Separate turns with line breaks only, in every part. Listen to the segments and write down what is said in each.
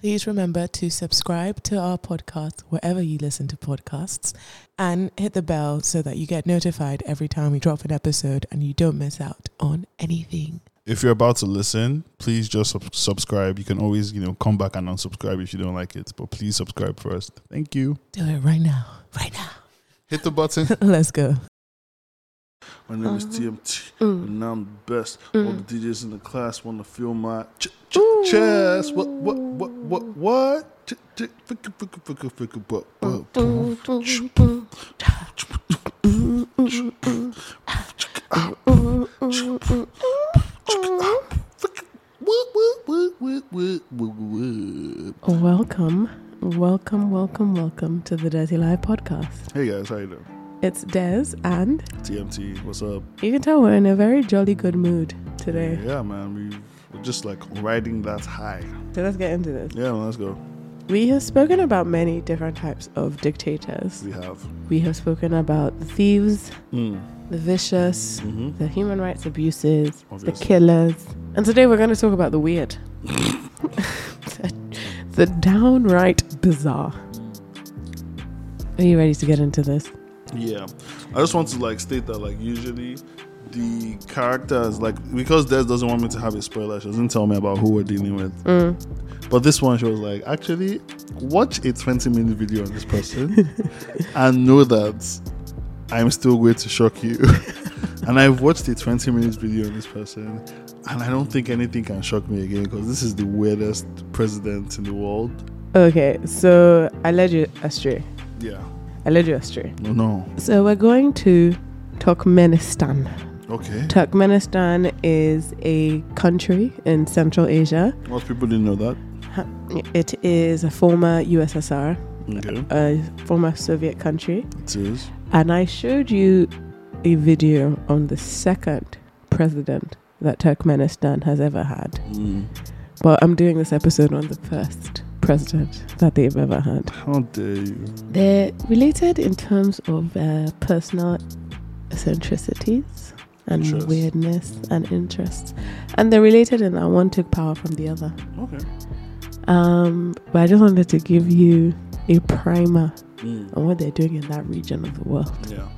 Please remember to subscribe to our podcast wherever you listen to podcasts and hit the bell so that you get notified every time we drop an episode and you don't miss out on anything.
If you're about to listen, please just sub- subscribe. You can always, you know, come back and unsubscribe if you don't like it, but please subscribe first. Thank you.
Do it right now. Right now.
Hit the button.
Let's go.
My name is TMT, and I'm the best. All the DJs in the class want to feel my ch- ch- chest. What, what, what, what, what? Ch- ch- ficka, ficka, ficka, ficka, bu- bu- bu- Ah, ficka, woot, woot, woot, woot, woot, woot, woot.
Welcome, welcome, welcome, welcome to the Dirty Lie podcast.
Hey guys, how you doing?
It's Des, and
TMT, what's up?
you can tell we're in a very jolly good mood today.
Yeah, man, we we're just like riding that high.
So let's get into this.
Yeah, man, let's go.
We have spoken about many different types of dictators.
We have.
We have spoken about the thieves,
Mm.
the vicious,
Mm-hmm.
the human rights abuses, the
Obviously.
killers. And today we're going to talk about the weird. the, the downright bizarre. Are you ready to get into this?
Yeah, I just want to like state that like usually the characters like because Des doesn't want me to have a spoiler, she doesn't tell me about who we're dealing with. But this one, she was like, actually, watch a twenty-minute video on this person and know that I'm still going to shock you. and I've watched a twenty-minute video on this person, and I don't think anything can shock me again because this is the weirdest president in the world.
Okay, so I led you astray.
Yeah.
I led you astray.
No. No.
So we're going to Turkmenistan.
Okay.
Turkmenistan is a country in Central Asia.
Most people didn't know that.
It is a former USSR,
Okay.
a former Soviet country.
It is.
And I showed you a video on the second president that Turkmenistan has ever had.
Mm.
Well, I'm doing this episode on the first president that they've ever had.
How dare you?
They're related in terms of uh, personal eccentricities and
Interests.
weirdness and interests. And they're related in that one took power from the other.
Okay.
Um, but I just wanted to give you a primer on what they're doing in that region of the world.
Mm. Yeah.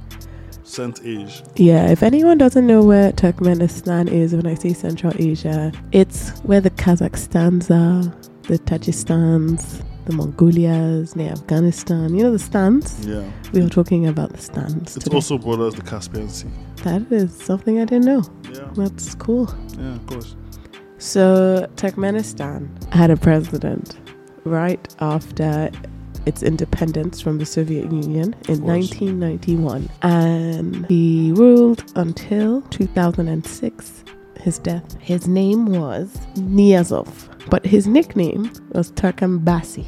Scent age.
Yeah, if anyone doesn't know where Turkmenistan is, when I say Central Asia, it's where the Kazakhstans are, the Tajikistans, the Mongolias, near Afghanistan. You know the stans?
Yeah.
We were talking about the stans.
It
today.
also borders the Caspian Sea.
That is something I didn't know.
Yeah.
That's cool.
Yeah, of course.
So, Turkmenistan had a president right after its independence from the Soviet Union in
Of course.
1991. And he ruled until 2006, his death. His name was Niyazov, but his nickname was Turkambasi.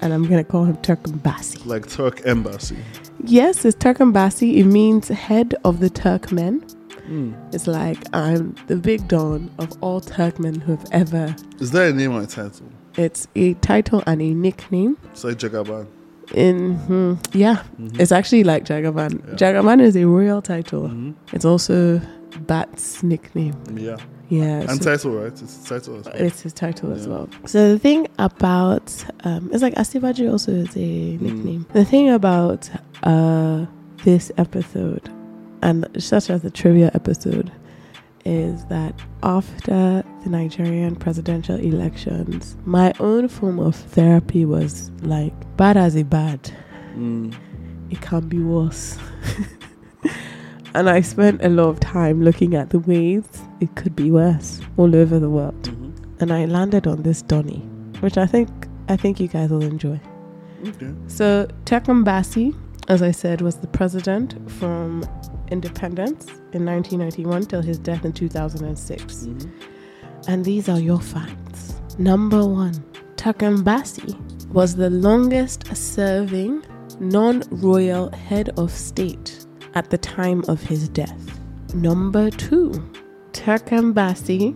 And I'm going to call him Turkambasi.
Like Turk embassy.
Yes, it's Turkambasi. It means head of the Turkmen.
Mm.
It's like I'm the big don of all Turkmen who have ever.
Is there a name or a title?
It's a title and a nickname.
It's like Jagaban.
In hmm, yeah,
Mm-hmm.
it's actually like Jagaban.
Yeah.
Jagaban is a royal title.
hmm
It's also Bat's nickname.
Yeah.
Yeah,
And
so
title, right? It's Mm-hmm. a title as well.
it's his title as
Yeah.
well. So the thing about um, it's like Asibaji also is a nickname. The thing about uh, this episode and such as the trivia episode is that after the Nigerian presidential elections, my own form of therapy was like bad as a bad,
Mm.
it can be worse. and I spent a lot of time looking at the ways it could be worse all over the world
Mhm.
and I landed on this Donny, which I think I think you guys will enjoy.
Okay.
So Takambasi, as I said, was the president from independence in 1991 till his death in 2006.
Mhm.
And these are your facts. Number one, Takambasi was the longest serving non royal head of state at the time of his death. Number two, Takambasi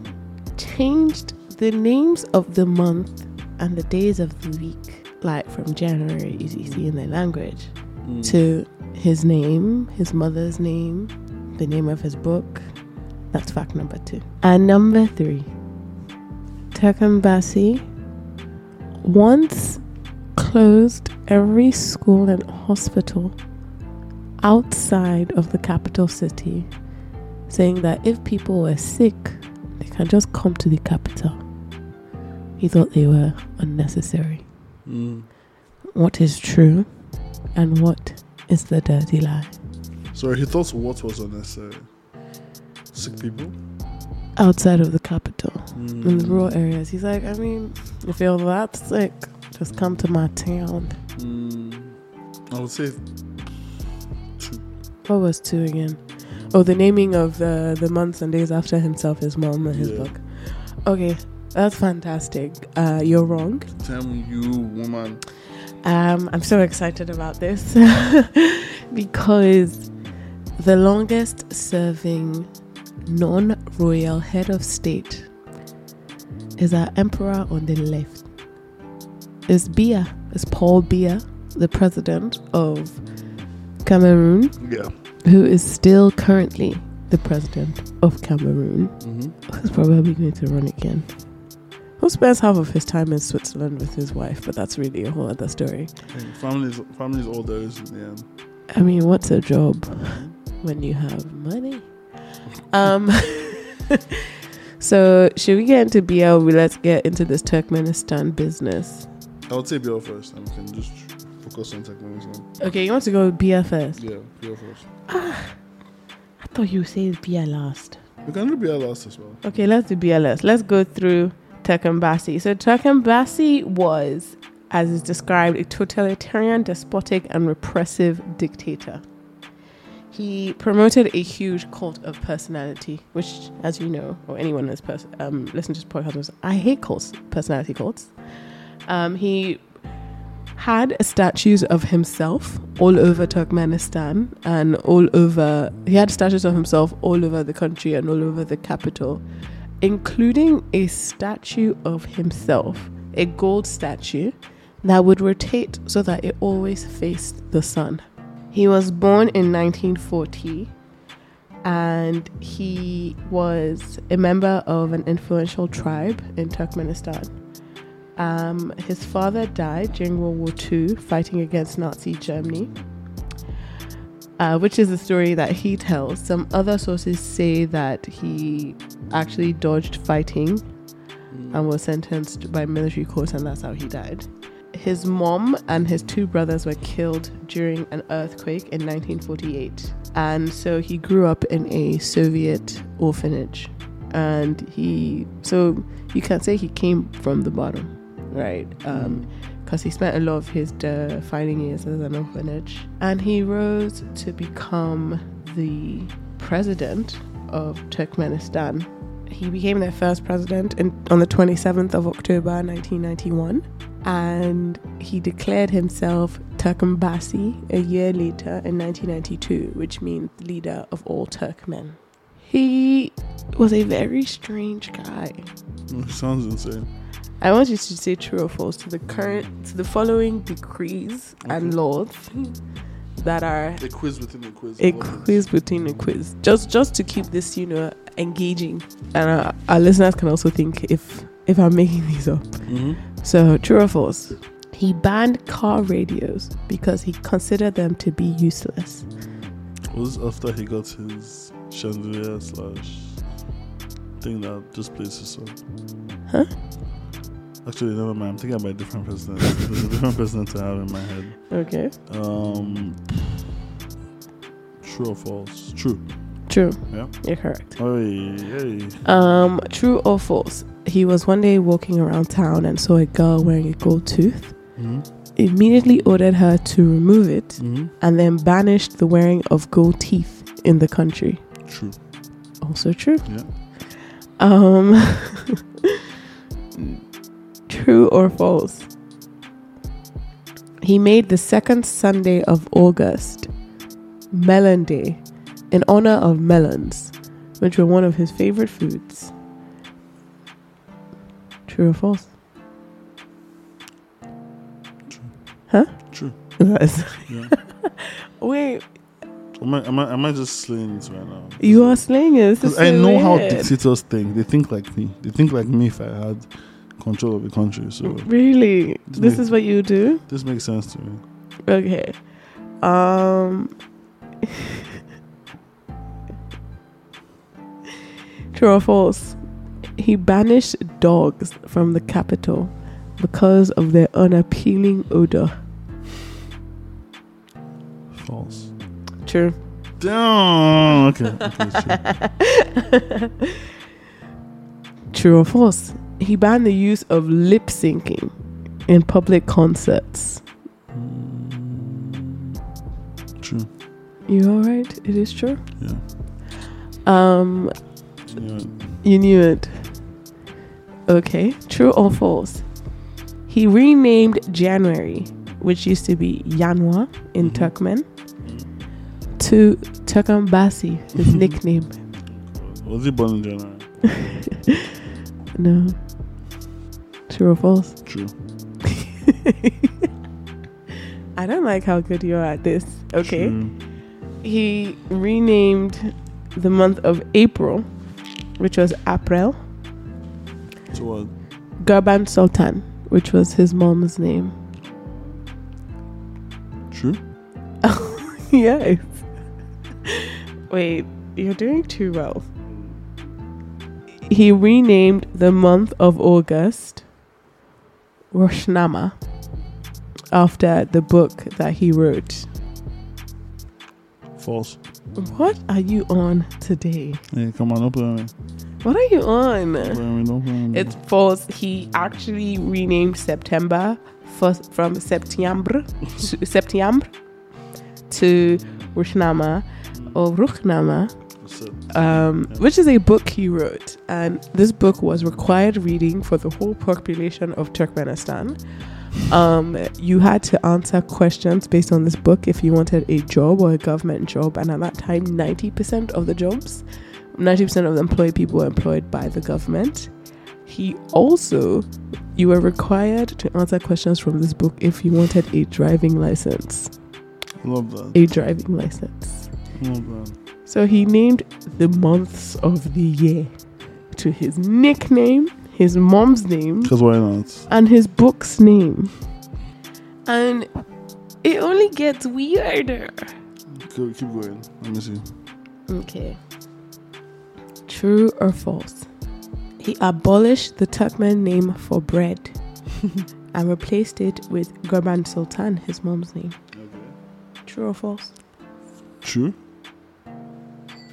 changed the names of the month and the days of the week, like from January, as you see in their language,
Mm.
to his name, his mother's name, the name of his book. That's fact number two. And number three, Turkambasi once closed every school and hospital outside of the capital city, saying that if people were sick, they can just come to the capital. He thought they were unnecessary.
Mm.
What is true and what is the dirty lie?
So he thought what was unnecessary? Sick people?
Outside of the capital, in the
Mm.
rural areas, he's like, I mean, if you're that sick, just come to my town.
Mm. I would say two.
What was two again? Oh, the naming of the the months and days after himself, his mom, and his
Yeah.
book. Okay, that's fantastic. Uh, you're wrong.
Tell me, you woman.
Um, I'm so excited about this because the longest serving non royal head of state is our emperor on the left. It's Biya, it's Paul Biya, the president of Cameroon,
Yeah.
who is still currently the president of Cameroon.
Mm-hmm.
He's probably going to run again. Who spends half of his time in Switzerland with his wife, but that's really a whole other story.
Families, families, all those in the end.
I mean, what's a job when you have money? Um, so should we get into BL? We let's get into this Turkmenistan business.
I would say BL first, and we can just focus on technology.
Okay, you want to go with BL first?
Yeah, BL first.
I thought you said BL last.
We can do BL last as well.
Okay, let's do BLS. Let's go through Turkmenbasi. So Turkmenbasi was, as is described, a totalitarian, despotic, and repressive dictator. He promoted a huge cult of personality, which, as you know, or anyone who's pers- um, listened to this podcast knows, I hate cults, personality cults. Um, he had statues of himself all over Turkmenistan and all over, he had statues of himself all over the country and all over the capital, including a statue of himself, a gold statue that would rotate so that it always faced the sun. He was born in 1940 and he was a member of an influential tribe in Turkmenistan. Um, his father died during World War II fighting against Nazi Germany, uh, which is the story that he tells. Some other sources say that he actually dodged fighting and was sentenced by military court, and that's how he died. His mom and his two brothers were killed during an earthquake in 1948, and so he grew up in a Soviet orphanage. And he, so you can say he came from the bottom, right? Um, because he spent a lot of his defining years as an orphanage. And he rose to become the president of Turkmenistan. He became their first president in, on the 27th of October 1991. And he declared himself Turkmenbasi a year later in 1992, which means leader of all Turkmen. He was a very strange guy.
Mm, sounds insane.
I want you to say true or false to the current to the following decrees and
Okay.
laws that are
A quiz within a quiz.
a quiz within a quiz. Just just to keep this, you know, engaging. And our, our listeners can also think if if I'm making these up.
Mm-hmm.
So true or false? He banned car radios because he considered them to be useless.
Was this after he got his chandelier slash thing that displays his son?
Huh?
Actually, never mind. I'm thinking about a different president. There's a different president I have in my head.
Okay.
Um, true or false? True.
True.
Yeah.
You're correct.
Oy, hey.
Um, true or false? He was one day walking around town and saw a girl wearing a gold tooth.
Mm-hmm.
immediately ordered her to remove it
Mm-hmm.
and then banished the wearing of gold teeth in the country.
True.
Also true.
Yeah.
Um true or false? He made the second Sunday of August Melon Day in honor of melons, which were one of his favorite foods. True or false?
True.
Yes.
Yeah.
Wait,
am, I, am, I, am I just slaying this right now?
you are slaying it. This is
Because I
so
know how
weird.
dictators think. They think like me. They think like me if I had control of the country. So
Really? This
make-
is what you do?
this makes sense to me.
Okay. Um True or false? He banished dogs from the capital because of their unappealing odor.
False.
True.
Damn. Okay. okay, it's true.
True or false? He banned the use of lip syncing in public concerts.
True.
You alright? It is true.
Yeah.
Um,
Yeah.
you knew it. Okay. True or false? He renamed January, which used to be Yanwa in
Mhm.
Turkmen, to Turkambasi, his nickname.
Was he born in January?
No. True or false?
True.
I don't like how good you are at this. Okay.
True.
He renamed the month of April, which was April,
So what?
Garban Sultan, which was his mom's name.
True.
yes. Wait, you're doing too well. He renamed the month of August Roshnama after the book that he wrote.
False.
What are you on today?
Hey, come on, don't play on me.
What are you on?
Don't play on me. Don't play on me.
It's false. He actually renamed September first from September to September to Rushnama or Ruchnama,
It's
um, which is a book he wrote. And this book was required reading for the whole population of Turkmenistan. Um, you had to answer questions based on this book if you wanted a job or a government job. And at that time, 90% of the jobs, 90% of the employed people were employed by the government. He also, you were required to answer questions from this book if you wanted a driving license.
love that.
A driving license.
Love that.
So he named the months of the year to his nickname, his mom's name,
Because why not?
and his book's name. And it only gets weirder.
Go, keep going. Let me see.
Okay. True or false? He abolished the Turkmen name for bread and replaced it with Gurban Sultan, his mom's name. True or false?
True.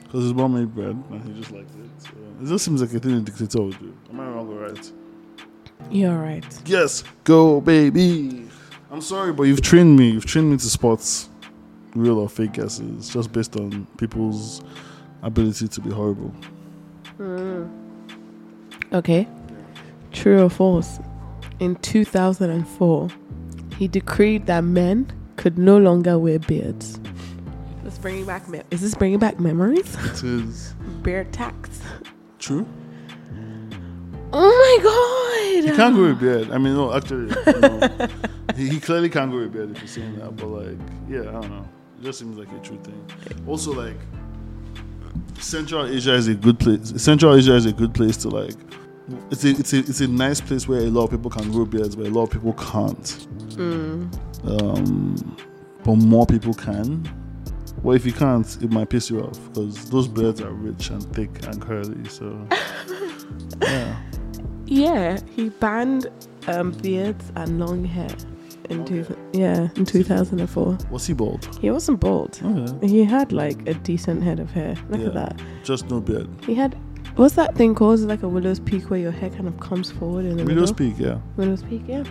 Because his mom made bread and he just liked it. So. It just seems like a thing a dictator would do. Am I wrong or right?
You're right.
Yes, go baby. I'm sorry, but you've trained me. You've trained me to spot real or fake guesses just based on people's ability to be horrible.
Okay. True or false? In 2004, he decreed that men could no longer wear beards. It's bringing back me- is this bringing back memories?
It is
Beard tax.
true.
Oh my god!
He can't grow a beard. I mean, no, actually, no. he, he clearly can't grow a beard if you're saying that. But like, yeah, I don't know. It just seems like a true thing. Also, like, Central Asia is a good place. Central Asia is a good place to like. It's a, it's a it's a nice place where a lot of people can grow beards, but a lot of people can't.
Mm.
Um, but more people can. Well, if you can't, it might piss you off because those beards are rich and thick and curly. So, yeah.
Yeah, he banned um, beards and long hair in
Long
two-
hair.
yeah in 2004.
Was he bald?
He wasn't bald.
Okay.
He had like a decent head of hair. Look at
Yeah.
that.
Just no beard.
He had what's that thing called? Is it like a willow's peak where your hair kind of comes forward in the
We
middle?
don't speak, yeah.
Willow's Peak, yeah.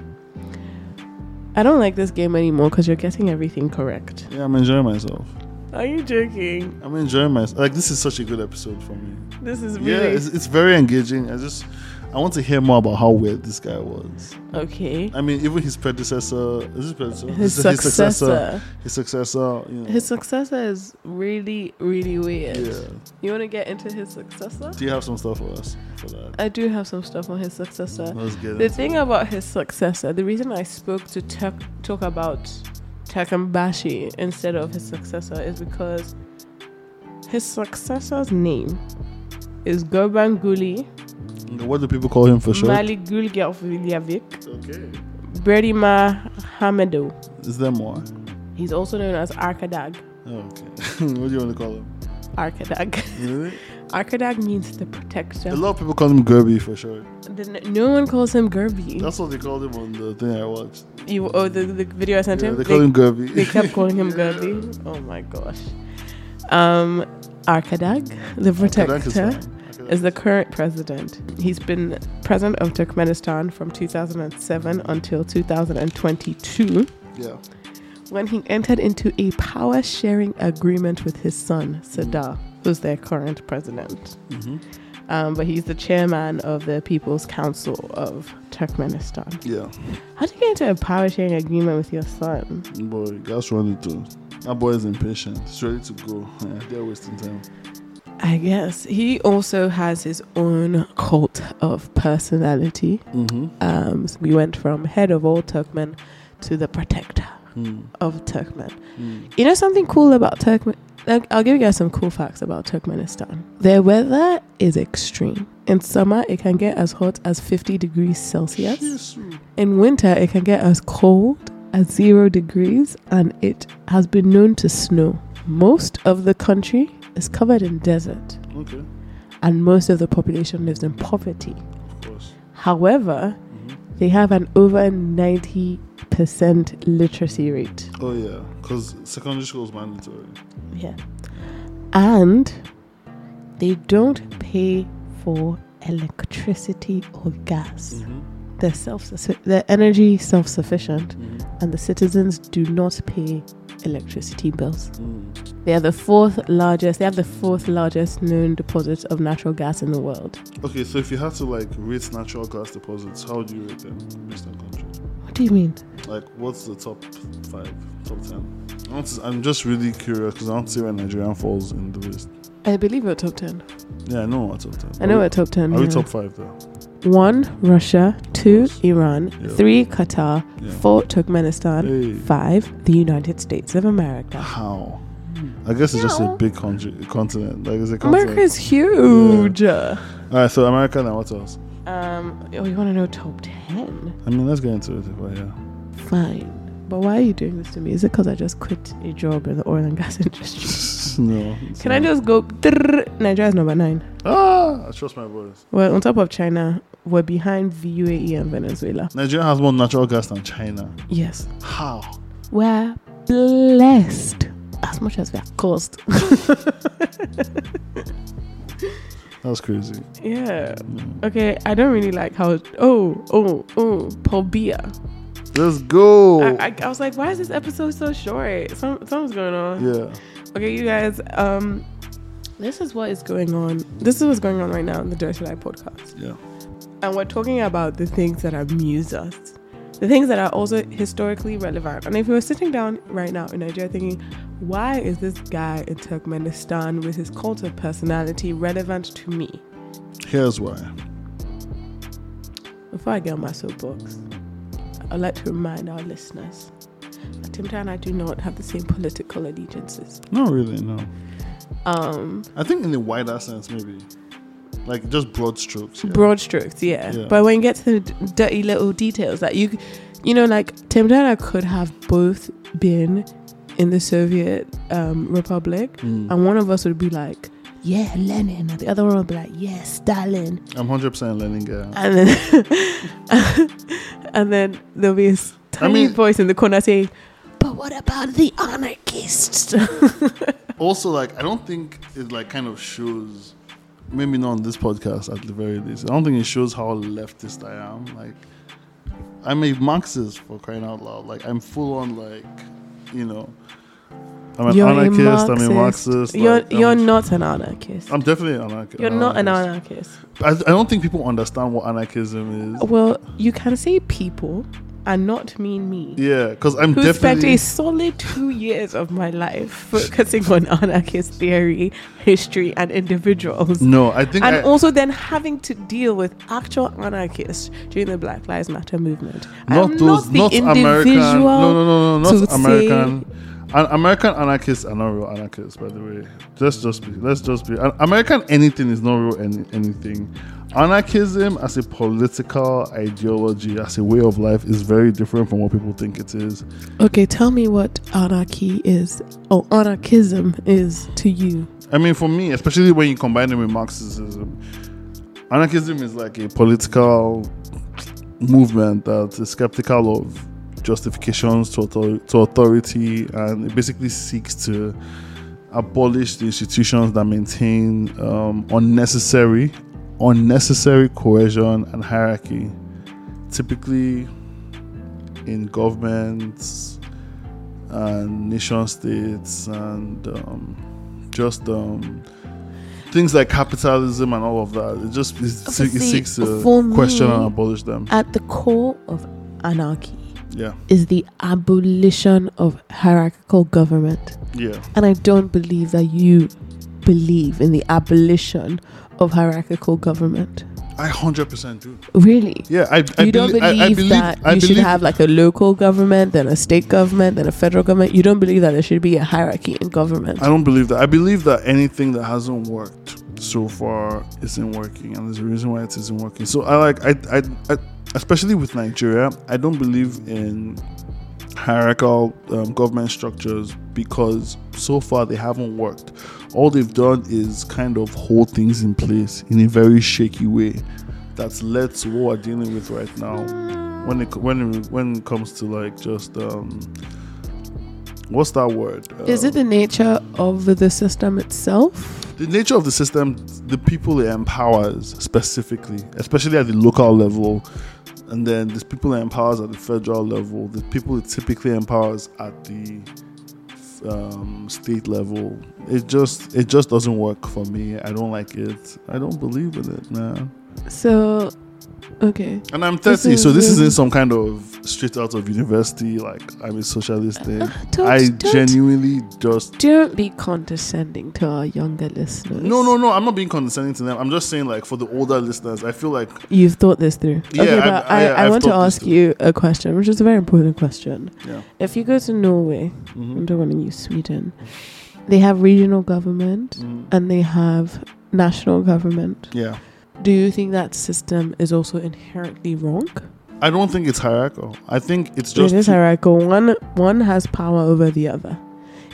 I don't like this game anymore because you're getting everything correct.
Yeah, I'm enjoying myself.
Are you joking?
I'm enjoying myself. Like this is such a good episode for me.
This is
Yeah,
really
it's, it's very engaging. I just I want to hear more about how weird this guy was.
okay.
I mean, even his predecessor, is his predecessor,
His successor.
his successor, you know.
His successor is really, really weird.
yeah.
You want to get into his successor?
Do you have some stuff for us for that?
I do have some stuff on his successor.
Let's get
The
it.
thing about his successor, the reason I spoke to Tuck, talk about Takambashi instead of his successor is because his successor's name is Gurbanguly
What do people call him for short?
Maligul Gjalfviljavik,
okay.
Berdima Hamedo.
Is there more?
He's also known as Arkadag.
Oh, okay. what do you want to call him?
Arkadag.
Really?
Arkadag means the
A
protector.
lot of people call him Gerby for short.
The- no one calls him Gerby.
That's what they called him on the thing I watched.
You oh the, the video I sent
Yeah,
him.
they call him Gerby.
they kept calling him Gerby. Oh my gosh. Um, Arkadag, the
Kadak is
protector,
fine. Kadak
is the current president. He's been president of Turkmenistan from 2007 until 2022,
Yeah.
when he entered into a power-sharing agreement with his son Sadar, who's their current president.
Mm-hmm.
Um, but he's the chairman of the People's Council of Turkmenistan.
Yeah.
How do you get into a power sharing agreement with your son?
Boy, guys running too. That boy is impatient. He's ready to go. Yeah, they're wasting time.
I guess he also has his own cult of personality.
Mm-hmm.
Um, so we went from head of all Turkmen to the protector
Mm.
of Turkmen.
Mm.
You know something cool about Turkmen? Like, I'll give you guys some cool facts about Turkmenistan. Their weather is extreme. In summer, it can get as hot as 50 degrees Celsius.
Yes.
In winter, it can get as cold as zero degrees, and it has been known to snow. Most of the country is covered in desert,
Okay.
and most of the population lives in poverty.
Of course.
However,
Mhm.
they have an over 90% literacy rate.
Oh yeah, because secondary school is mandatory.
Yeah. And they don't pay for electricity or gas.
Mm-hmm.
They're self they're energy self-sufficient.
Mm-hmm.
and the citizens do not pay electricity bills.
Mm.
They are the fourth largest, they have the fourth largest known deposit of natural gas in the world.
Okay, so if you had to like rate natural gas deposits, how would you rate them based on country?
What do you mean?
Like, what's the top five, top ten? I want to- I'm just really curious because I don't see where Nigerian falls in the list.
I believe we're top 10.
Yeah, I know what top ten.
I know
Are
we're top 10.
we, Are we
yeah.
top five though?
One, Russia. Two, Iran.
Yeah.
Three, Qatar.
Yeah.
Four, Turkmenistan.
Hey.
Five, the United States of America.
How? I guess it's just a
No.
big country, continent. Like it's a continent.
America is huge.
All right, so America now. What else?
Um, oh, you want to know top 10?
I mean, let's get into it. But yeah,
Fine. But why are you doing this to me? Is it because I just quit a job in the oil and gas industry?
no.
Can I just go? Nigeria's number nine.
Ah, I trust my brothers.
Well, on top of China, we're behind the UAE and Venezuela.
Nigeria has more natural gas than China.
Yes.
How?
We're blessed as much as we're caused.
That's crazy.
yeah.
Mm.
Okay, I don't really like how. Oh, oh, oh, Paul Bia.
Let's go.
I, I, I was like, why is this episode so short? Some, something's going on.
yeah.
Okay, you guys, um, this is what is going on. This is what's going on right now in the Dirty Life podcast.
Yeah.
and we're talking about the things that amuse us, the things that are also historically relevant. And if you were sitting down right now in Nigeria thinking, why is this guy in Turkmenistan with his cult of personality relevant to me?
Here's why.
Before I get on my soapbox, I'd like to remind our listeners that Timta and I do not have the same political allegiances.
Not really. No.
Um,
I think in the wider sense, maybe, like just broad strokes. yeah.
broad strokes, yeah.
Yeah.
But when you get to the d- dirty little details, like you, you know, like Tim Dana could have both been in the Soviet um, Republic,
Mm.
and one of us would be like, yeah, Lenin, and the other one would be like, yeah, Stalin,
I'm 100 percent learning. Yeah.
and then, and then there'll be a s-
I
tiny
mean-
voice in the corner saying, but what about the anarchists?
Also, like, I don't think it like kind of shows. Maybe not on this podcast, at the very least. I don't think it shows how leftist I am. Like, I'm a Marxist for crying out loud. Like, I'm full on like, you know, I'm an
You're a
anarchist. I'm
Marxist.
a Marxist.
you're
like,
you're
I'm,
not an anarchist.
I'm definitely an anarchist.
you're not an anarchist.
I, I don't think people understand what anarchism is.
Well, you can say people and not mean me.
Yeah, because I'm
Who spent
definitely.
a solid two years of my life focusing on anarchist theory, history, and individuals.
No, I think
And
I,
also then having to deal with actual anarchists during the Black Lives Matter movement.
not
I'm
those,
the
not American. No,
individual
no, no, no,
to
not
say-
American. An- American anarchists are not real anarchists, by the way. Let's just be. Let's just be. An- American anything is not real any- anything. Anarchism as a political ideology, as a way of life, is very different from what people think it is.
Okay, tell me what anarchy is. Oh, anarchism is to you.
I mean, for me, especially when you combine it with Marxism, anarchism is like a political movement that is skeptical of justifications to, author- to authority and it basically seeks to abolish the institutions that maintain um, unnecessary, unnecessary coercion and hierarchy, typically in governments and nation states and. Um, just um things like capitalism and all of that. It just it, se- it
see,
seeks to
for me-
question and abolish them.
At the core of anarchy
Yeah,
is the abolition of hierarchical government.
yeah.
And I don't believe that you believe in the abolition of hierarchical government.
I hundred percent do.
Really?
Yeah, I. I
you don't
belie-
believe,
I, I believe
that
I
you should
believe-
have like a local government, then a state government, then a federal government. You don't believe that there should be a hierarchy in government.
I don't believe that. I believe that anything that hasn't worked so far isn't working, and there's a reason why it isn't working. So I like I I, I especially with Nigeria, I don't believe in hierarchical um, government structures because so far they haven't worked. All they've done is kind of hold things in place in a very shaky way. That's led to what we're dealing with right now. When it when it, when it comes to like just um, what's that word?
Is
Um,
it the nature of the system itself?
the nature of the system, the people it empowers specifically, especially at the local level, and then the people it empowers at the federal level, the people it typically empowers at the um, state level. It just it just doesn't work for me. I don't like it. I don't believe in it, man.
So, okay.
And I'm
This
30, so
is
this
really-
isn't some kind of straight out of university like I'm a socialist thing.
Don't,
I
don't,
genuinely just
don't be condescending to our younger listeners.
no, no, no. I'm not being condescending to them. I'm just saying, like, for the older listeners, I feel like
You've thought this through.
Yeah,
okay,
I-
but I,
I-
I,
I've
want to
thought this
ask
through.
you a question, which is a very important question.
Yeah.
If you go to Norway, I'm
Mhm.
talking to you, Sweden, they have regional government
Mhm.
and they have national government.
Yeah.
Do you think that system is also inherently wrong?
I don't think it's hierarchical. I think it's
It
just
is hierarchical. One one has power over the other.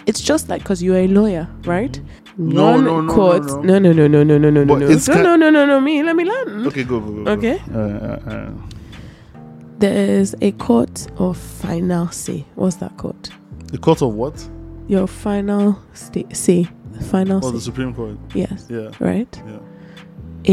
It's just like because you're a lawyer, right?
Mm-hmm. No,
One
no, no, no,
court. no,
no.
no, no, no, no, no, no,
But
no.
it's
No,
ki-
no, no, no, no. Me, let me learn.
Okay, go, go, go. go.
Okay.
Uh, uh, uh,
There is a court of final say. What's that court?
the court of what?
Your final sta- say. Final
Oh, the
say.
Supreme Court.
Yes.
Yeah,
Right.
yeah,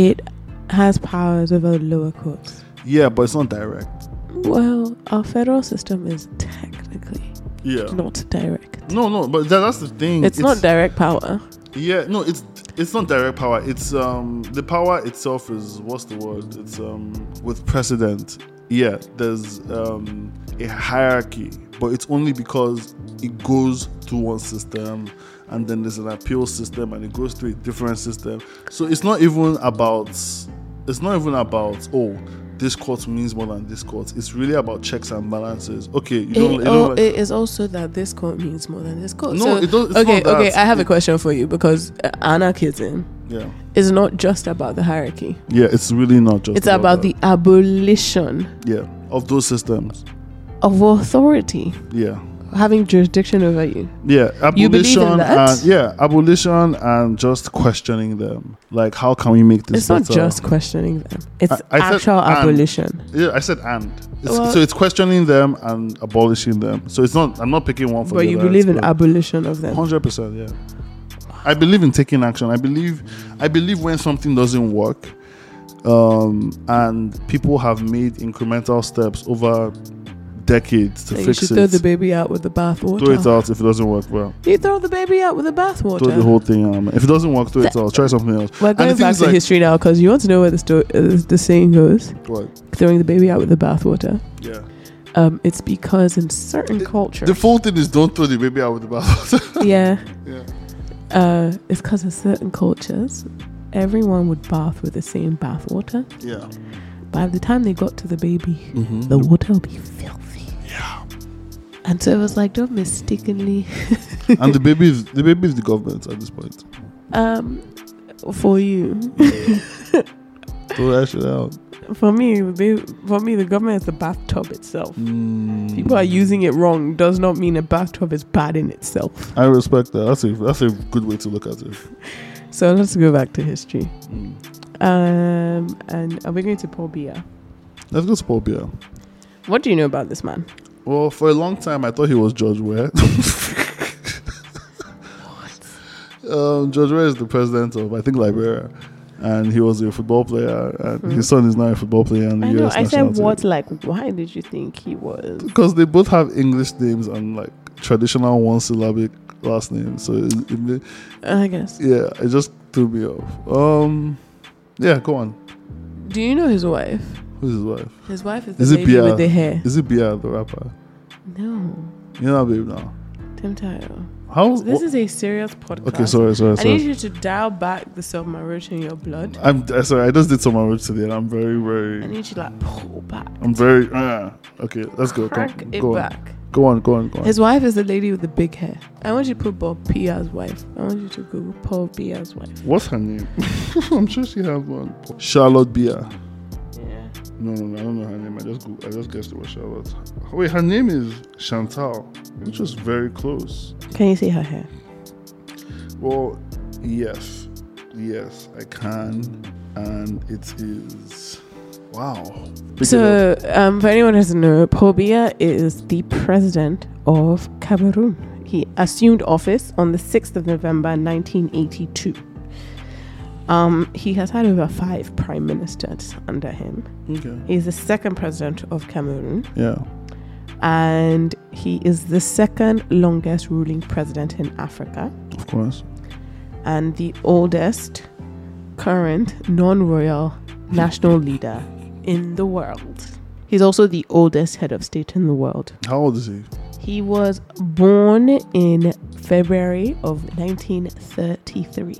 It has powers over the lower courts.
yeah, but it's not direct.
Well, our federal system is technically
Yeah.
not direct.
No, no, but that, that's the thing.
It's, not direct power.
Yeah, no, it's it's not direct power. It's um the power itself is what's the word? It's um with precedent. Yeah, there's um a hierarchy, but it's only because it goes to one system and then there's an appeal system and it goes to a different system. So it's not even about it's not even about oh this court means more than this court. It's really about checks and balances. Okay, you don't, you
It,
don't
al-
like-
it is also that this court means more than this court.
No,
So-
it does- it's
okay,
not that.
okay. I have a
It-
question for you because uh, anarchism
yeah.
is not just about the hierarchy.
Yeah, it's really not just
It's about
that.
the abolition
yeah, of those systems.
of authority
Yeah.
having jurisdiction over you.
Yeah. Abolition
You believe in that?
and yeah, abolition and just questioning them. Like how can we make this
It's not
better?
just questioning them. It's
I- I said
actual
and.
abolition.
yeah, I said and. It's,
Well-
so it's questioning them and abolishing them. So it's not I'm not picking one for
But
the
you
other,
believe in
it's
abolition of them.
Hundred percent, yeah. I believe in taking action. I believe, I believe when something doesn't work, um, and people have made incremental steps over decades to
Like, you
fix
should
it.
throw the baby out with the bathwater.
throw it out if it doesn't work well.
You throw the baby out with the bathwater.
Throw the whole thing out. man. If it doesn't work, throw it out. Try something else.
We're
the
going
thing
back
is,
to
like-
history now because you want to know where the, sto- uh, the saying goes
What?
throwing the baby out with the bathwater.
Yeah.
Um, it's because in certain cultures,
The full thing is don't throw the baby out with the bathwater.
yeah,
yeah.
uh, it's because in certain cultures, everyone would bath with the same bathwater.
Yeah.
By the time they got to the baby,
Mm-hmm.
the water would be filthy. Yeah. And so it was like, don't mistakenly
and the baby is the baby is the government at this point.
um for you.
So that shit out.
For me, they, for me, the government is the bathtub itself. People are using it wrong does not mean a bathtub is bad in itself.
I respect that. That's a that's a good way to look at it.
So let's go back to history. Um, and are we going to Paul Bia?
Let's go to Paul Biya.
What do you know about this man?
Well, for a long time, I thought he was George Ware. um, George Ware is the president of, I think, Liberia, and he was a football player, and
Hmm.
his son is now a football player in the
I know.
U.S.
I said what? Like, why did you think he was?
Because they both have English names and like traditional one-syllabic last names, so it, it, ma-
I guess.
yeah, it just threw me off. Um, yeah, go on.
Do you know his wife?
Who's his wife?
His wife is the
Is it
lady
Bia?
with the hair.
Is it Bia, the rapper?
No,
You know, babe. Now,
Tim Tayo.
how?
This is a serious podcast.
okay, sorry, sorry,
I
sorry.
need you to dial back the submarine in your blood.
I'm uh, sorry. I just did some research today, and I'm very,
I
very,
need you to like pull back.
I'm very. Uh, okay, let's go. Come,
Crack it
go on.
back.
Go on. Go on. Go on.
His wife is the lady with the big hair. I want you to put Bob Pia's wife. I want you to Google Paul Pia's wife.
What's her name? I'm sure she has one. Charlotte Bia.
Yeah.
No, no, no, I don't know her name. I just, go, I just guessed it was Charlotte. Wait, her name is Chantal, which was very close.
Can you see her hair?
Well, yes, yes, I can, and it is. Wow. Pick it up.
So, um, for anyone who doesn't know, Paul Biya is the president of Cameroon. He assumed office on the 6th of November 1982. Um, he has had over five prime ministers under him.
okay.
He is the second president of Cameroon,
Yeah.
and he is the second longest ruling president in Africa
Of course.
and the oldest current non royal national leader in the world. He's also the oldest head of state in the world.
How old is he?
He was born in February of 1933.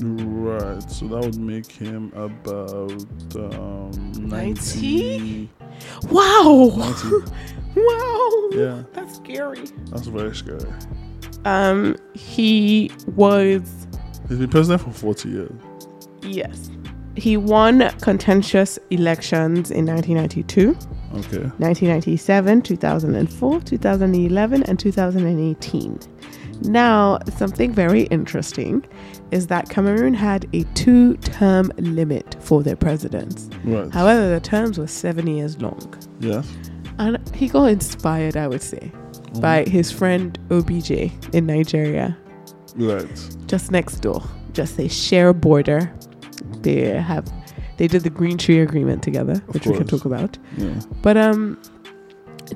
Right, so that would make him about um,
90?
90.
Wow!
90.
Wow!
Yeah,
That's scary.
that's very scary.
Um, he was,
He's been president for 40 years.
yes. He won contentious elections in 1992.
Okay.
1997, 2004, 2011, and 2018. Now, something very interesting is that Cameroon had a two term limit for their presidents.
Right.
However, the terms were seven years long.
yeah.
And he got inspired, I would say, by
Mm-hmm.
his friend OBJ in Nigeria,
Right.
just next door. Just they share a border. They have, they did the Green Tree Agreement together, which we can
course.
talk about.
Yeah.
But um,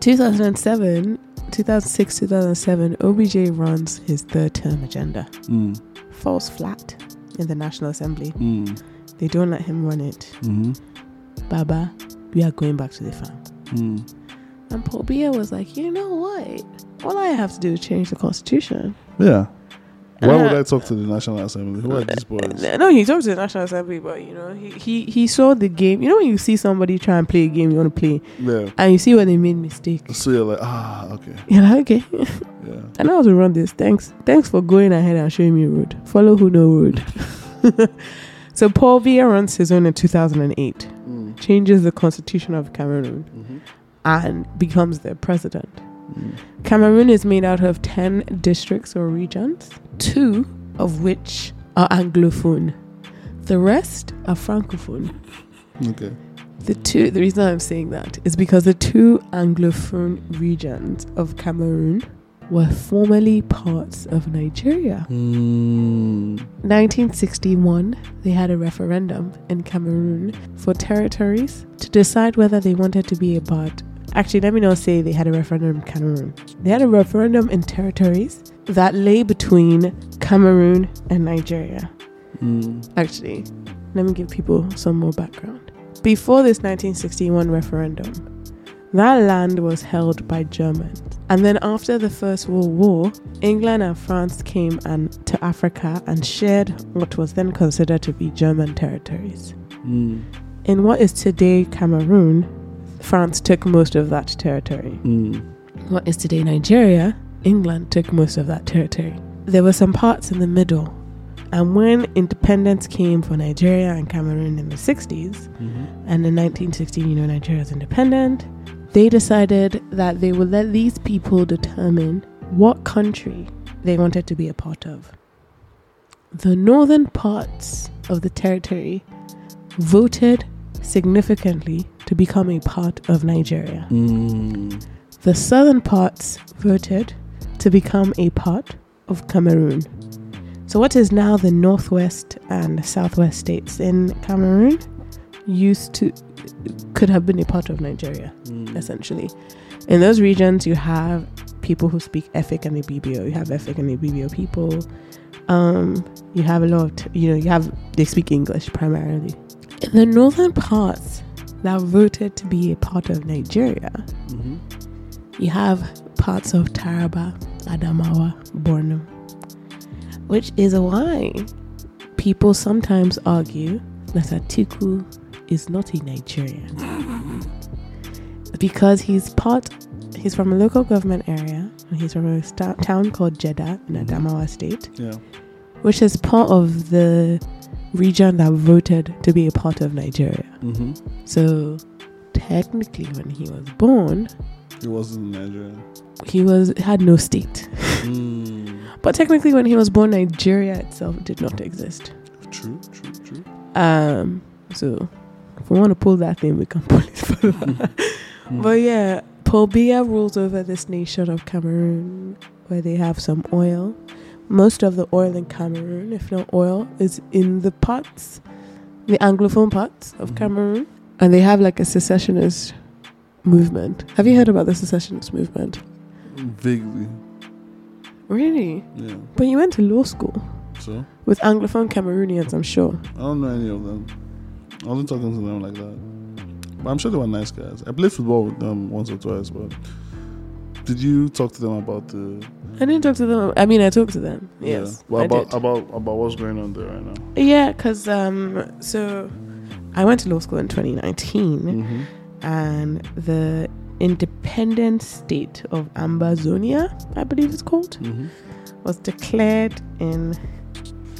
2007, 2006, 2007, OBJ runs his third term agenda.
Mm.
Falls flat in the National Assembly.
Mm.
They don't let him run it.
Mm.
Baba, we are going back to the farm.
Mm.
And Paul Biya was like, you know what? All I have to do is change the constitution.
Yeah. Why would
Uh,
I talk to the National Assembly? Who are these boys?
No, he talked to the National Assembly, but you know, he, he, he saw the game. You know, when you see somebody try and play a game you want to play,
Yeah.
and you see where they made mistakes,
So you're like, ah, okay.
you're like, okay,
Yeah.
I know how to run this. Thanks. Thanks for going ahead and showing me road. Follow who know road. so Paul Biya runs his own in 2008,
Mm.
changes the constitution of Cameroon,
Mhm.
and becomes their president.
Mm.
Cameroon is made out of 10 districts or regions, two of which are Anglophone. The rest are Francophone.
Okay.
The two, the reason I'm saying that is because the two Anglophone regions of Cameroon were formerly parts of Nigeria.
Mm.
1961, they had a referendum in Cameroon for territories to decide whether they wanted to be a part. Actually, let me not say they had a referendum in Cameroon. They had a referendum in territories that lay between Cameroon and Nigeria.
Mm.
Actually, let me give people some more background. Before this 1961 referendum, that land was held by Germans. And then after the First World War, England and France came and to Africa and shared what was then considered to be German territories.
Mm.
In what is today Cameroon, France took most of that territory.
Mm.
what is today Nigeria, England took most of that territory. There were some parts in the middle, and when independence came for Nigeria and Cameroon in the 60s, and in 1916, you know, Nigeria was independent, they decided that they would let these people determine what country they wanted to be a part of. The northern parts of the territory voted significantly to become a part of Nigeria.
Mm.
The southern parts voted to become a part of Cameroon. So, what is now the northwest and southwest states in Cameroon used to could have been a part of Nigeria,
mm.
essentially. In those regions, you have people who speak Efik and Ibibio. You have Efik and Ibibio people. Um, you have a lot of, t- you know, you have they speak English primarily. In the northern parts that voted to be a part of Nigeria,
Mhm.
you have parts of Taraba, Adamawa, Borno, which is why people sometimes argue that Atiku is not a Nigerian because he's part. He's from a local government area, and he's from a sta- town called Jeddah in Adamawa State,
Yeah.
which is part of the region that voted to be a part of Nigeria.
Mm-hmm.
So, technically, when he was born,
It wasn't in Nigeria.
he was had no state.
mm.
But technically, when he was born, Nigeria itself did not exist.
True, true, true.
Um, so if we want to pull that thing, we can pull it further. but yeah, Paul Biya rules over this nation of Cameroon, where they have some oil. Most of the oil in Cameroon, if not oil, is in the parts, the Anglophone parts of
Mhm.
Cameroon, and they have like a secessionist movement. Have you heard about the secessionist movement?
Vaguely.
Really?
Yeah.
But you went to law school
So
with Anglophone Cameroonians, I'm sure.
I don't know any of them. I wasn't talking to them like that. But I'm sure they were nice guys. I played football with them once or twice, but did you talk to them about the
I didn't talk to them. I mean, I talked to them. Yes.
Yeah. Well,
I
about um,
did.
about about what's going on there right now.
yeah, because um, so I went to law school in 2019,
Mm-hmm.
and the independent state of Ambazonia, I believe it's called,
Mm-hmm.
was declared in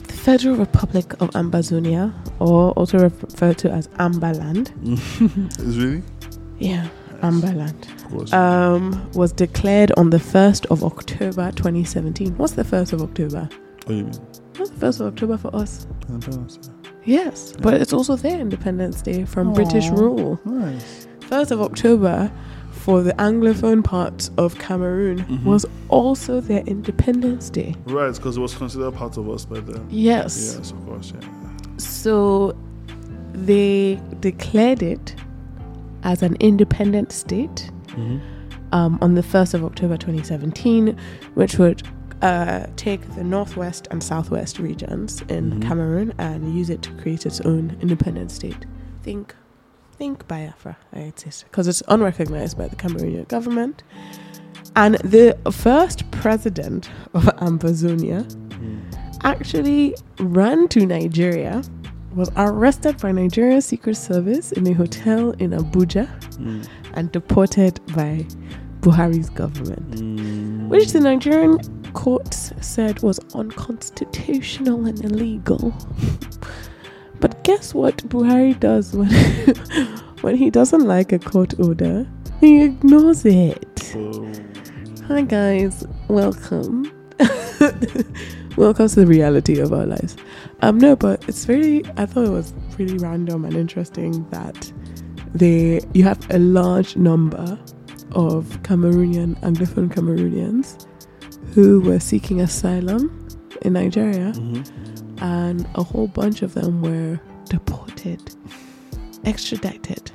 the Federal Republic of Ambazonia, or also referred to as Ambaland. Mm-hmm.
Is really?
Yeah, Ambaland.
Of course.
Um, was declared on the 1st of October 2017. What's the 1st of October?
what do you mean?
What's the 1st of October for us?
Independence.
Yes, but it's also their Independence Day from British
Aw.
rule.
Nice.
1st of October for the Anglophone part of Cameroon
Mhm.
was also their Independence Day.
Right, because it was considered part of us by then.
Yes.
Yes, of course. Yeah.
So they declared it as an independent state
Mm-hmm.
um, on the 1st of October 2017, which would uh, take the northwest and southwest regions in
Mhm.
Cameroon and use it to create its own independent state. Think, think Biafra, because it's unrecognized by the Cameroonian government. And the first president of Ambazonia actually ran to Nigeria, was arrested by Nigeria's Secret Service in a hotel in Abuja, and deported by Buhari's government,
Mm-hmm.
which the Nigerian courts said was unconstitutional and illegal. but guess what Buhari does when, when he doesn't like a court order? He ignores it. Hi, guys, welcome. Welcome to the reality of our lives. Um, no, but it's really, I thought it was really random and interesting that they you have a large number of Cameroonian Anglophone Cameroonians who were seeking asylum in Nigeria,
mm-hmm.
and a whole bunch of them were deported, extradited,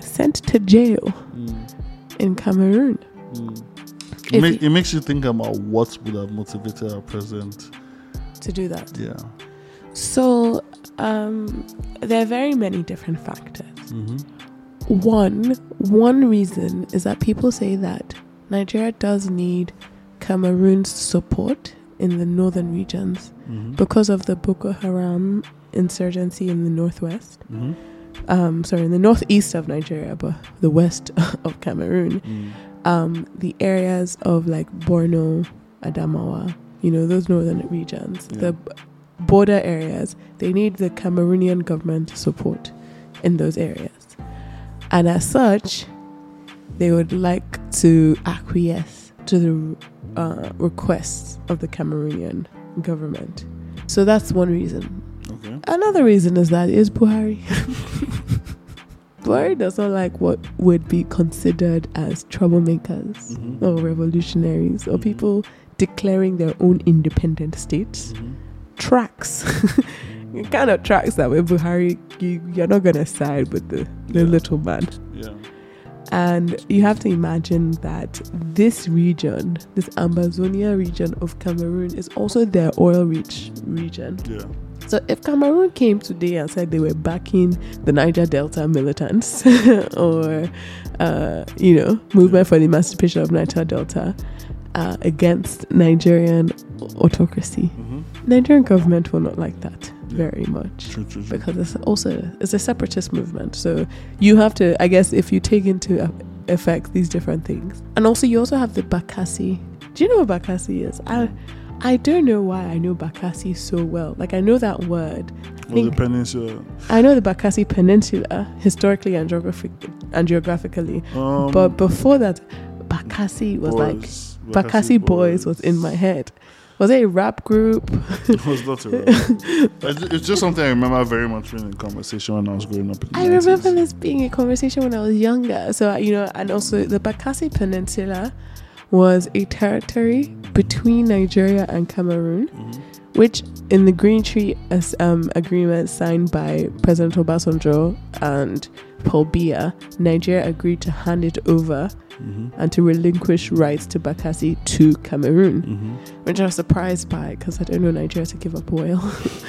sent to jail
Mm-hmm.
in Cameroon.
It,
If
ma-
you-
it makes you think about what would have motivated our president.
to do that.
Yeah.
So um, there are very many different factors.
Mm-hmm.
One one reason is that people say that Nigeria does need Cameroon's support in the northern regions
Mm-hmm.
because of the Boko Haram insurgency in the northwest.
Mm-hmm. Mm.
Um, sorry, in the northeast of Nigeria, but the west of Cameroon. um, the areas of like Borno, Adamawa, you know, those northern regions,
Yeah.
the b- border areas, they need the Cameroonian government support in those areas. And as such, they would like to acquiesce to the uh, requests of the Cameroonian government. So that's one reason.
Okay.
Another reason is that is Buhari. Buhari does not like what would be considered as troublemakers
Mhm.
or revolutionaries or
Mhm.
people declaring their own independent states.
Mhm.
Tracks. it kind of tracks that way. Buhari, you, you're not going to side with the, the
Yeah.
little man.
Yeah.
And you have to imagine that this region, this Amazonia region of Cameroon, is also their oil rich region.
Yeah.
So if Cameroon came today and said they were backing the Niger Delta militants or, uh, you know, movement for the emancipation of Niger Delta uh, against Nigerian autocracy,
Mm-hmm.
Nigerian government will not like that very much
True, true, true.
because it's also it's a separatist movement. So you have to, I guess, if you take into a- effect these different things, and also you also have the Bakassi. Do you know what Bakassi is? I I don't know why I know Bakassi so well. Like I know that word.
Well, the
think-
peninsula.
I know the Bakassi Peninsula historically and geographic and geographically,
Um,
but before that, Bakassi was like
boys,
Bakassi Boys was in my head. Was it a rap group?
It was not a rap. It's ju- it's just something I remember very much when in conversation when I was growing up. In the
I remember
90s.
this being a conversation when I was younger. So, you know, and also the Bakassi Peninsula was a territory between Nigeria and Cameroon,
Mhm.
which in the Green Tree as, um, Agreement signed by President Obasanjo and Paul Biya, Nigeria agreed to hand it over
Mhm.
and to relinquish rights to Bakassi to Cameroon,
Mhm.
which I was surprised by because I don't know Nigeria to give up oil.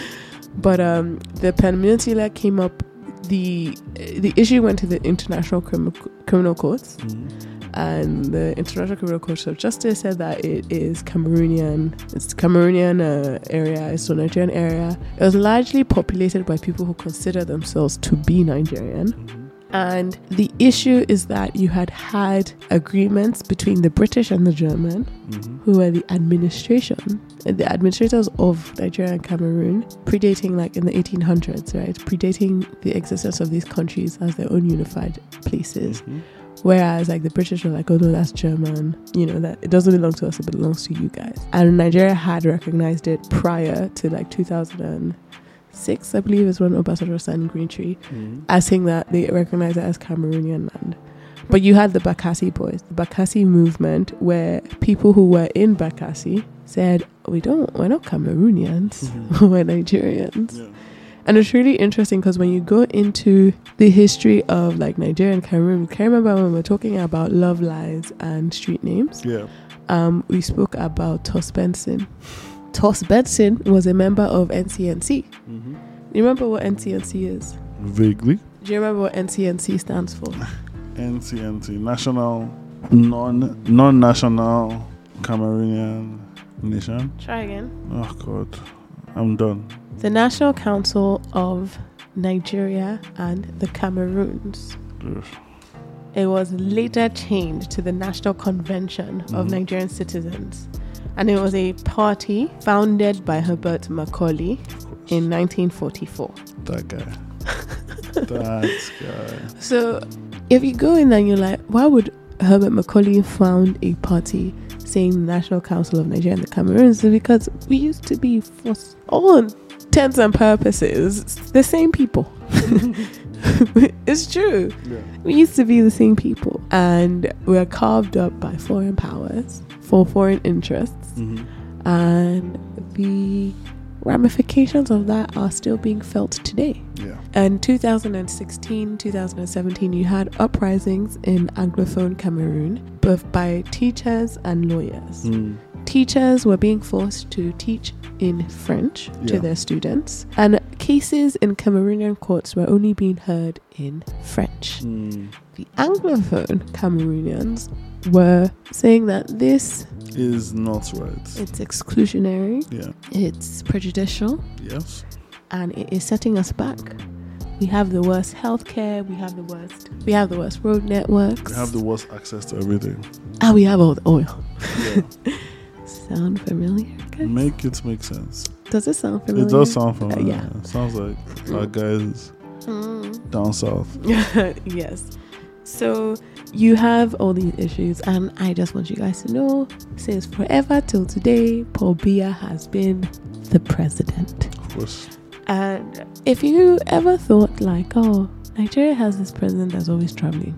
but um, the peninsula came up. The the issue went to the International Crim- Criminal Courts,
Mhm.
and the International Criminal Court of Justice said that it is Cameroonian. It's Cameroonian uh, area. It's a Nigerian area. It was largely populated by people who consider themselves to be Nigerian.
Mhm.
And the issue is that you had had agreements between the British and the German
Mhm.
who were the administration, the administrators of Nigeria and Cameroon, predating like in the 1800s, right? Predating the existence of these countries as their own unified places.
Mhm.
Whereas like the British were like, oh no, that's German. You know that it doesn't belong to us; it belongs to you guys. And Nigeria had recognized it prior to like 2006, I believe, is when Obasanjo signed Green Tree
Mhm.
as saying that they recognize it as Cameroonian land. But you had the Bakassi boys, the Bakassi movement, where people who were in Bakassi said, "We don't, we're not Cameroonians,
Mhm.
we're Nigerians."
Yeah.
And it's really interesting because when you go into the history of like Nigeria and Cameroon, can you remember when we were talking about love lies and street names?
Yeah.
Um, we spoke about Tos Benson. Tos Benson was a member of NCNC.
Mhm.
You remember what NCNC is?
Vaguely.
Do you remember what NCNC stands for?
NCNT, National Non Non National Cameroonian Nation.
Try again.
Oh God, I'm done.
The National Council of Nigeria and the Cameroons.
Ugh.
It was later changed to the National Convention of
Mhm.
Nigerian Citizens. And it was a party founded by Herbert Macaulay in 1944.
That guy. that guy.
So if you go in and you're like, why would Herbert Macaulay found a party saying the National Council of Nigeria and the Cameroons? It's because we used to be for s- all intents and purposes the same people. it's true.
Yeah.
We used to be the same people. And we're carved up by foreign powers for foreign interests.
hmm
And the ramifications of that are still being felt today.
Yeah.
In 2016, 2017, you had uprisings in Anglophone Cameroon, both by teachers and lawyers.
Mm.
Teachers were being forced to teach in French to
Yeah.
their students, and cases in Cameroonian courts were only being heard in French.
Mm.
The Anglophone Cameroonians were saying that this
Is not right.
it's exclusionary,
Yeah.
it's prejudicial,
Yes.
and it is setting us back. We have the worst healthcare. We have the worst. We have the worst road networks.
We have the worst access to everything.
and we have all the oil.
Yeah.
Sound familiar? guys?
make it make sense.
Does it sound familiar?
It does sound familiar.
yeah.
It sounds like our guys
Mm.
down south.
yes. So you have all these issues, and I just want you guys to know since forever till today, Paul Biya has been the president.
Of course.
And if you ever thought, like, oh, Nigeria has this president that's always traveling,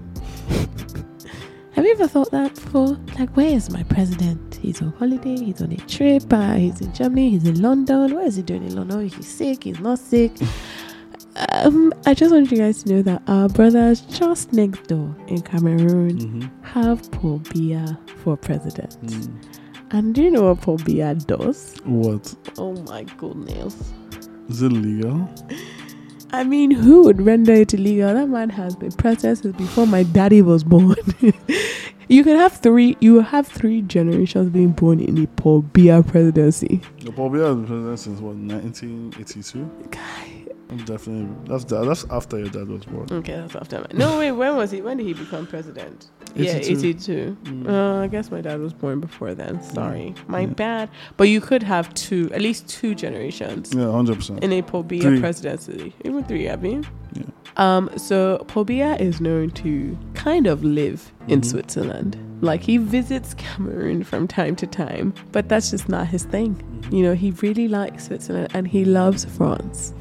have you ever thought that before? Like, where is my president? He's on holiday, he's on a trip, uh, he's in Germany, he's in London. What is he doing in London? Oh, He's sick, he's not sick. Um, I just want you guys to know that our brothers just next door in Cameroon
Mm-hmm.
have Paul Biya for president.
Mm.
And do you know what Paul Biya does?
What?
Oh my goodness.
Is it legal?
I mean, who would render it illegal? That man has been practiced since before my daddy was born. you can have three. You will have three generations being born in the Paul Biya presidency.
The Bobby has been president since what, 1982?
Guy. Mm.
I'm definitely. That's that, that's after your dad was born.
Okay, that's after my. No, wait. When was he? When did he become president? Yeah,
82.
eighty-two.
Mm.
Uh, I guess my dad was born before then. Sorry, my
Yeah.
bad. But you could have two, at least two generations.
Yeah, 100%.
in a Pobia
Three.
presidency. Even three, I mean.
Yeah.
Um, so Pobia is known to kind of live in
Mhm.
Switzerland. Like he visits Cameroon from time to time, but that's just not his thing. You know, he really likes Switzerland and he loves France.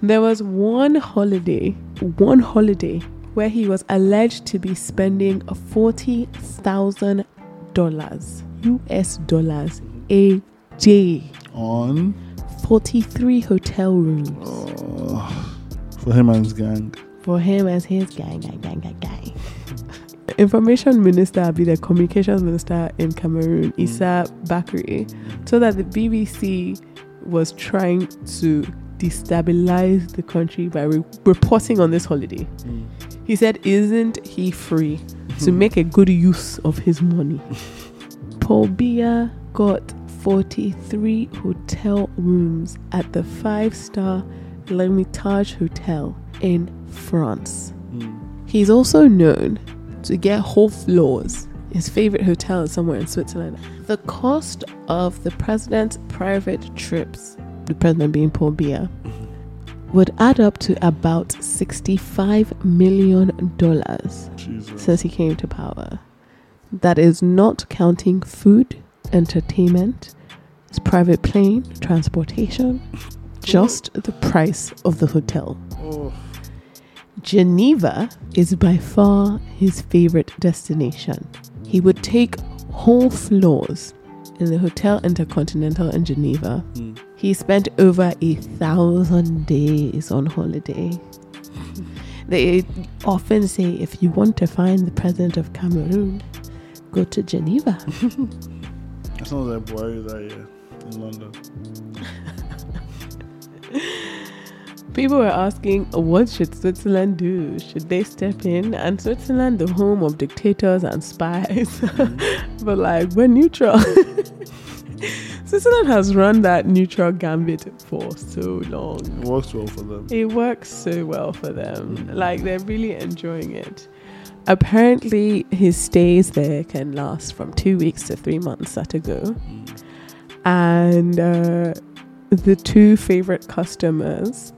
There was one holiday, one holiday where he was alleged to be spending forty thousand dollars, US dollars, a day,
On.
forty-three hotel rooms.
Uh, for him and his gang.
for him as his gang, gang, gang, gang, gang. Information Minister will be the Communications Minister in Cameroon, Issa Bakri, so that the BBC was trying to destabilize the country by re- reporting on this holiday. He said, Isn't he free to make a good use of his money? Paul Biya got 43 hotel rooms at the five star L'Hermitage Hotel in France.
Mm.
He's also known to get whole floors. His favorite hotel is somewhere in Switzerland. The cost of the president's private trips, the president being Paul Biya, would add up to about $65 million
Jesus.
since he came to power. That is not counting food, entertainment, his private plane, transportation, just the price of the hotel.
oh,
Geneva is by far his favorite destination. He would take whole floors in the Hotel Intercontinental in Geneva.
Mm.
He spent over a thousand days on holiday. they often say if you want to find the president of Cameroon, go to Geneva.
that sounds like Buhari that year in London.
People were asking, what should Switzerland do? Should they step in? And Switzerland, the home of dictators and spies,
Mm.
but like we're neutral. Switzerland has run that neutral gambit for so long.
It works well for them.
It works so well for them. Like they're really enjoying it. Apparently, his stays there can last from two weeks to three months at a go.
Mm.
And uh, the two favorite customers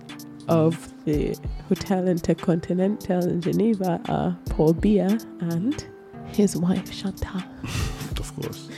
of the Hotel Intercontinental in Geneva are Paul Biya and his wife Chantal,
Of course.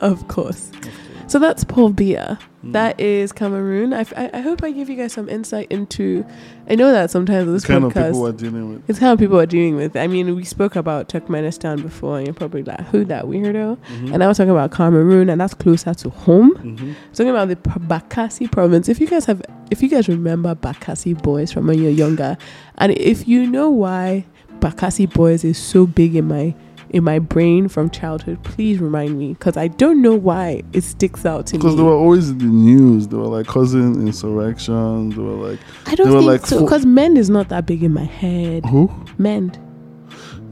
of course.
Of course.
So that's Paul Biya.
Mm.
That is Cameroon. I, I- I hope I give you guys some insight into. I know that sometimes this
the kind of
podcast,
people we're dealing with.
it's how people are dealing with. I mean, we spoke about Turkmenistan before, and you're probably like, "Who that weirdo?"
Mm-hmm.
And I was talking about Cameroon, and that's closer to home.
mm-hmm.
Talking about the P- Bakassi province. If you guys have, if you guys remember Bakassi boys from when you're younger, and if you know why Bakassi boys is so big in my in my brain from childhood, please remind me because I don't know why it sticks out to me.
Because they were always in the news. They were like causing insurrections. They were like
I don't
They were
think
like
so
four-
because men is not that big in my head.
who?
Men,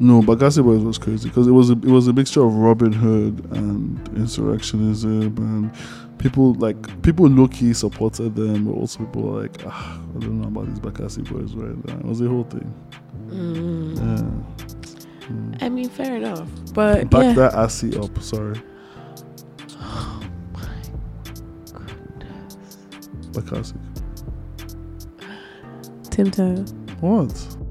No, Bagasi Boys was crazy because it was a, it was a mixture of Robin Hood and insurrectionism and people like people low key supported them, but also people were like ah, I don't know about these Bagasi Boys right now. It was a whole thing.
Mm.
Yeah. Mm.
I mean, fair enough. But
Back
yeah.
that assy up. Sorry,
Oh my goodness.
Bagasi.
Tim Tebow.
What?